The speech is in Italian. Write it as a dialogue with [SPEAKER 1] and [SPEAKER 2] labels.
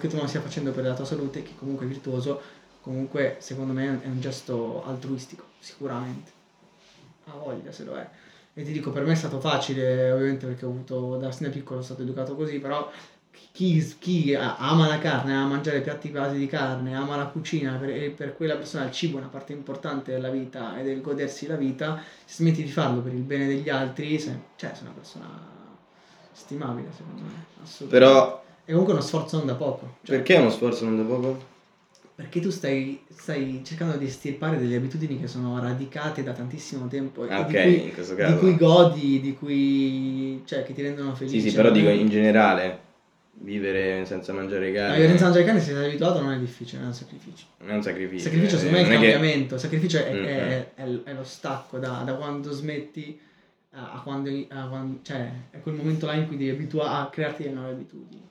[SPEAKER 1] che tu non stia facendo per la tua salute, che comunque è virtuoso, comunque secondo me è un gesto altruistico, sicuramente. Ha voglia se lo è. E ti dico, per me è stato facile, ovviamente perché ho avuto, da sin da piccolo sono stato educato così, però chi, chi ama la carne, ama mangiare piatti quasi di carne, ama la cucina, per, e per quella persona il cibo è una parte importante della vita e del godersi la vita, se smetti di farlo per il bene degli altri, se, cioè sei una persona stimabile secondo me, assolutamente.
[SPEAKER 2] Però
[SPEAKER 1] È comunque uno sforzo non da poco, cioè,
[SPEAKER 2] perché uno sforzo non da poco?
[SPEAKER 1] perché tu stai, stai cercando di estirpare delle abitudini che sono radicate da tantissimo tempo e
[SPEAKER 2] Ah, ok,
[SPEAKER 1] di cui
[SPEAKER 2] in questo
[SPEAKER 1] di
[SPEAKER 2] caso.
[SPEAKER 1] cui godi, di cui cioè che ti rendono felice.
[SPEAKER 2] Sì, sì, però dico in
[SPEAKER 1] in
[SPEAKER 2] generale, vivere senza mangiare
[SPEAKER 1] la violenza
[SPEAKER 2] carne
[SPEAKER 1] mangiare carne se sei abituato non è difficile, è un sacrificio.
[SPEAKER 2] non è un sacrificio.
[SPEAKER 1] sacrificio
[SPEAKER 2] eh,
[SPEAKER 1] secondo me è il
[SPEAKER 2] non che-
[SPEAKER 1] cambiamento, il sacrificio è,
[SPEAKER 2] Mm,
[SPEAKER 1] è- è- è lo stacco da, da quando smetti a a quando, a quan- cioè è quel momento là in cui devi abituare a crearti delle nuove abitudini.